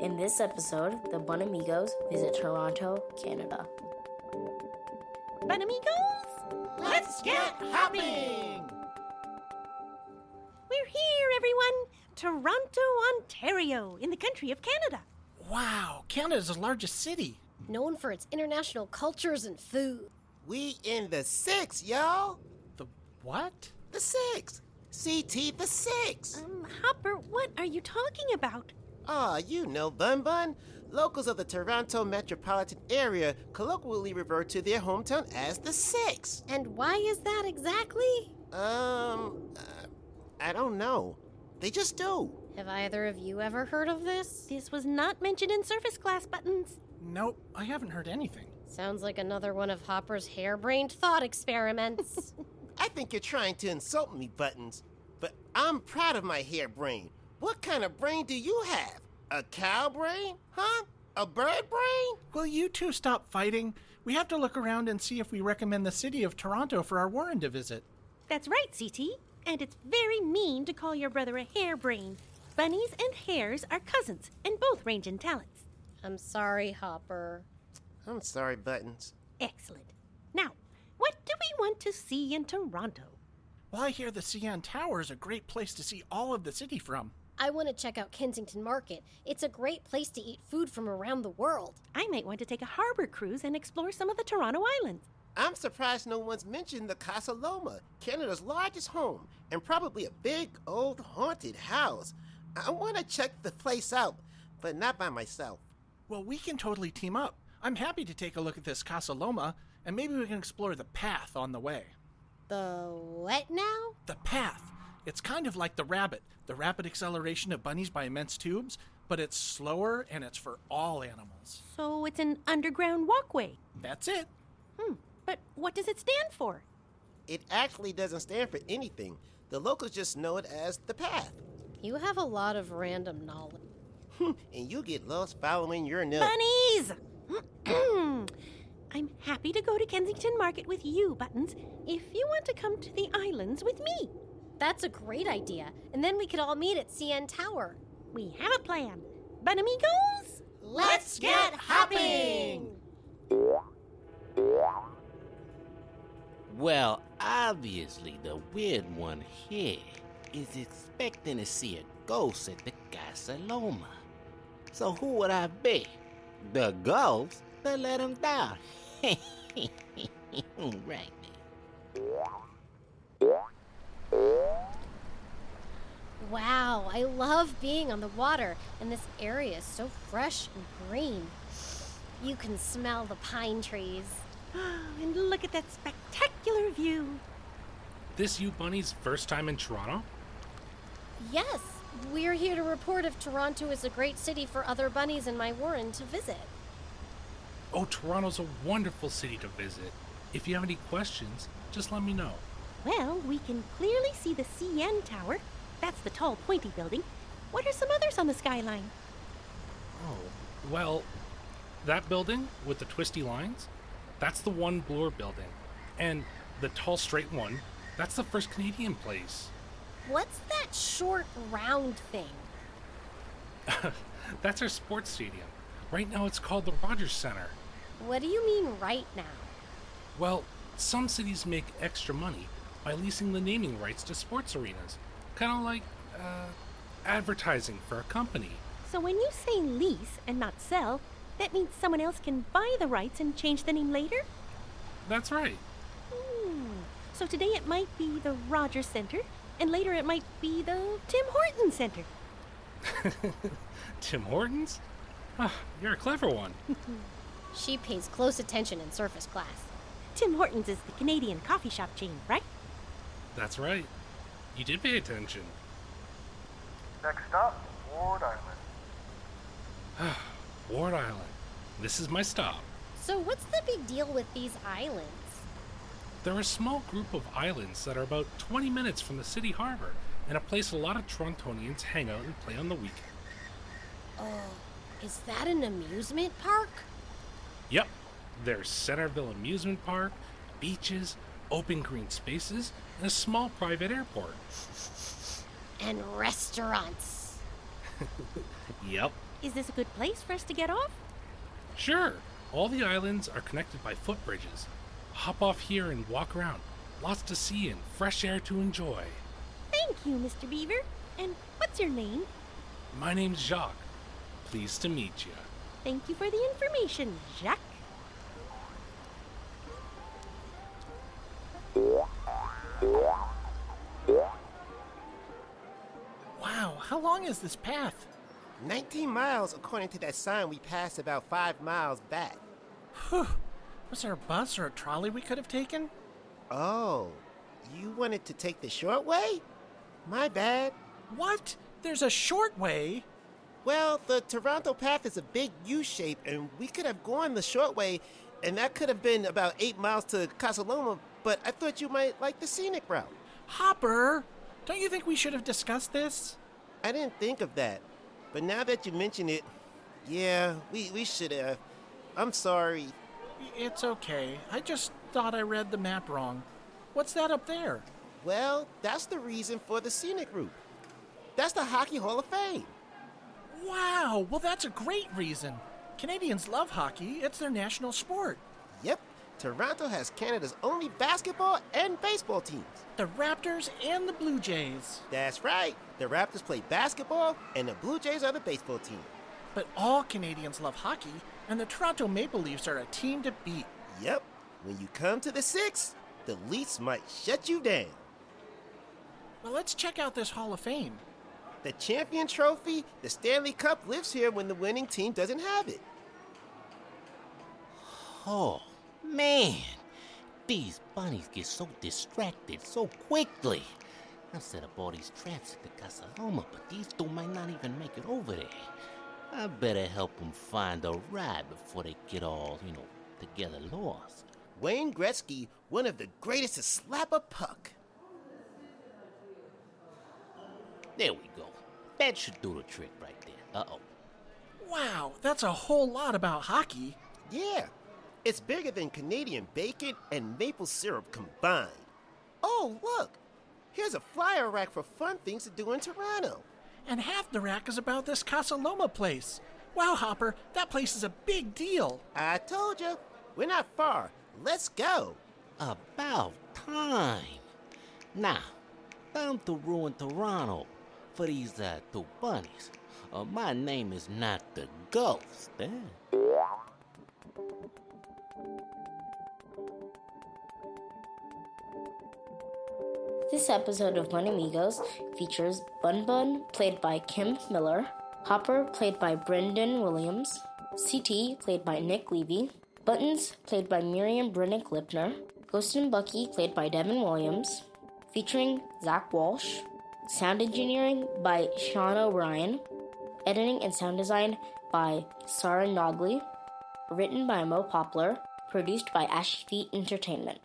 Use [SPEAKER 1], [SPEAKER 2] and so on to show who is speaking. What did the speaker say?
[SPEAKER 1] In this episode, the Bunamigos visit Toronto, Canada.
[SPEAKER 2] Bunamigos?
[SPEAKER 3] Let's get hopping!
[SPEAKER 2] We're here, everyone! Toronto, Ontario, in the country of Canada.
[SPEAKER 3] Wow, Canada's the largest city.
[SPEAKER 4] known for its international cultures and food.
[SPEAKER 5] We in the six, y'all.
[SPEAKER 3] The what?
[SPEAKER 5] The six. CT the six.
[SPEAKER 2] Um, Hopper, what are you talking about?
[SPEAKER 5] Ah, you know Bun Bun. Locals of the Toronto metropolitan area colloquially refer to their hometown as the six.
[SPEAKER 4] And why is that exactly?
[SPEAKER 5] Um, uh, I don't know. They just do.
[SPEAKER 4] Have either of you ever heard of this?
[SPEAKER 2] This was not mentioned in surface class buttons.
[SPEAKER 3] Nope, I haven't heard anything.
[SPEAKER 4] Sounds like another one of Hopper's harebrained thought experiments.
[SPEAKER 5] I think you're trying to insult me, Buttons. But I'm proud of my hair brain. What kind of brain do you have? A cow brain? Huh? A bird brain?
[SPEAKER 3] Will you two stop fighting? We have to look around and see if we recommend the city of Toronto for our Warren to visit.
[SPEAKER 2] That's right, CT. And it's very mean to call your brother a harebrain. Bunnies and hares are cousins, and both range in talents.
[SPEAKER 4] I'm sorry, Hopper.
[SPEAKER 5] I'm sorry, Buttons.
[SPEAKER 2] Excellent. Now, what do we want to see in Toronto?
[SPEAKER 3] Well, I hear the CN Tower is a great place to see all of the city from.
[SPEAKER 4] I want to check out Kensington Market. It's a great place to eat food from around the world.
[SPEAKER 2] I might want to take a harbor cruise and explore some of the Toronto Islands.
[SPEAKER 5] I'm surprised no one's mentioned the Casa Loma, Canada's largest home, and probably a big old haunted house. I want to check the place out, but not by myself.
[SPEAKER 3] Well, we can totally team up. I'm happy to take a look at this Casa Loma, and maybe we can explore the path on the way.
[SPEAKER 4] The what now?
[SPEAKER 3] The path. It's kind of like the rabbit, the rapid acceleration of bunnies by immense tubes, but it's slower and it's for all animals.
[SPEAKER 2] So it's an underground walkway.
[SPEAKER 3] That's it.
[SPEAKER 2] Hmm, but what does it stand for?
[SPEAKER 5] It actually doesn't stand for anything. The locals just know it as the path,
[SPEAKER 4] You have a lot of random knowledge.
[SPEAKER 5] and you get lost following your
[SPEAKER 4] Uh.
[SPEAKER 5] nose.
[SPEAKER 2] Bunnies! I'm happy to go to Kensington Market with you, Buttons, if you want to come to the islands with me.
[SPEAKER 4] That's a great idea. And then we could all meet at CN Tower.
[SPEAKER 2] We have a plan. Bunamigos?
[SPEAKER 4] Let's get hopping!
[SPEAKER 6] Well, obviously, the weird one here is expecting to see a ghost at the Casa Loma. So who would I be? The ghost that let him down. right.
[SPEAKER 4] Wow, I love being on the water, and this area is so fresh and green. You can smell the pine trees.
[SPEAKER 2] And look at that spectacular view.
[SPEAKER 7] This you bunny's first time in Toronto?
[SPEAKER 4] Yes, we're here to report if Toronto is a great city for other bunnies in my warren to visit.
[SPEAKER 7] Oh, Toronto's a wonderful city to visit. If you have any questions, just let me know.
[SPEAKER 2] Well, we can clearly see the CN Tower. That's the tall, pointy building. What are some others on the skyline?
[SPEAKER 7] Oh, well, that building with the twisty lines, that's the one Bloor building. And the tall, straight one, that's the first Canadian place.
[SPEAKER 4] What's that short, round thing?
[SPEAKER 7] That's our sports stadium. Right now it's called the Rogers Center.
[SPEAKER 4] What do you mean right now?
[SPEAKER 7] Well, some cities make extra money by leasing the naming rights to sports arenas, kind of like uh, advertising for a company.
[SPEAKER 2] So when you say lease and not sell, that means someone else can buy the rights and change the name later?
[SPEAKER 7] That's right.
[SPEAKER 2] Hmm. So today it might be the Rogers Center, and later it might be the Tim Horton Center.
[SPEAKER 7] Tim Hortons? Ah, you're a clever one.
[SPEAKER 4] She pays close attention in surface class.
[SPEAKER 2] Tim Hortons is the Canadian coffee shop chain, right?
[SPEAKER 7] That's right. You did pay attention.
[SPEAKER 8] Next stop, Ward Island.
[SPEAKER 7] Ward Island. This is my stop.
[SPEAKER 4] So, what's the big deal with these islands?
[SPEAKER 7] They're a small group of islands that are about 20 minutes from the city harbor and a place a lot of Torontonians hang out and play on the weekend.
[SPEAKER 4] Oh, is that an amusement park?
[SPEAKER 7] Yep, there's Centerville Amusement Park, beaches, open green spaces, and a small private airport.
[SPEAKER 4] and restaurants.
[SPEAKER 7] Yep.
[SPEAKER 2] Is this a good place for us to get off?
[SPEAKER 7] Sure. All the islands are connected by footbridges. Hop off here and walk around. Lots to see and fresh air to enjoy.
[SPEAKER 2] Thank you, Mr. Beaver. And what's your name?
[SPEAKER 7] My name's Jacques. Pleased to meet you.
[SPEAKER 2] Thank you for the information, Jacques.
[SPEAKER 3] Wow, how long is this path?
[SPEAKER 5] 19 miles, according to that sign we passed about five miles back.
[SPEAKER 3] Was there a bus or a trolley we could have taken?
[SPEAKER 5] Oh, you wanted to take the short way? My bad.
[SPEAKER 3] What? There's a short way?
[SPEAKER 5] Well, the Toronto path is a big U shape, and we could have gone the short way, and that could have been about eight miles to Casaloma, but I thought you might like the scenic route.
[SPEAKER 3] Hopper! Don't you think we should have discussed this?
[SPEAKER 5] I didn't think of that, but now that you mention it, yeah, we, we should have. I'm sorry.
[SPEAKER 3] I- It's okay. I just thought I read the map wrong. What's that up there?
[SPEAKER 5] Well, that's the reason for the scenic route. That's the Hockey Hall of Fame.
[SPEAKER 3] Wow, well, that's a great reason. Canadians love hockey, it's their national sport.
[SPEAKER 5] Yep, Toronto has Canada's only basketball and baseball teams.
[SPEAKER 3] The Raptors and the Blue Jays.
[SPEAKER 5] That's right, the Raptors play basketball, and the Blue Jays are the baseball team.
[SPEAKER 3] But all Canadians love hockey, and the Toronto Maple Leafs are a team to beat.
[SPEAKER 5] Yep, when you come to the six, the Leafs might shut you down.
[SPEAKER 3] Well, let's check out this Hall of Fame.
[SPEAKER 5] The champion trophy, the Stanley Cup lives here when the winning team doesn't have it.
[SPEAKER 6] Oh, man. These bunnies get so distracted so quickly. I've set up all these traps at the Casaloma, but these two might not even make it over there. I better help them find a ride before they get all, you know, together lost.
[SPEAKER 5] Wayne Gretzky, one of the greatest to slap a puck.
[SPEAKER 6] There we go. That should do the trick right there. Uh oh.
[SPEAKER 3] Wow, that's a whole lot about hockey.
[SPEAKER 5] Yeah, it's bigger than Canadian bacon and maple syrup combined. Oh, look, here's a flyer rack for fun things to do in Toronto.
[SPEAKER 3] And half the rack is about this Casa Loma place. Wow, Hopper, that place is a big deal.
[SPEAKER 5] I told you, we're not far. Let's go.
[SPEAKER 6] About time. Now, time to ruin Toronto for these uh, two bunnies. Uh, my name is not the ghost, eh?
[SPEAKER 1] This episode of Bun Amigos features Bun Bun, played by Kim Miller, Hopper, played by Brendan Williams, CT, played by Nick Levy, Buttons, played by Miriam Brennick Lipner, Ghost and Bucky, played by Devin Williams, featuring Zach Walsh, sound engineering by Sean O'Brien, editing and sound design by Sarah Nogley, written by Mo Poplar, produced by Ashfeet Entertainment.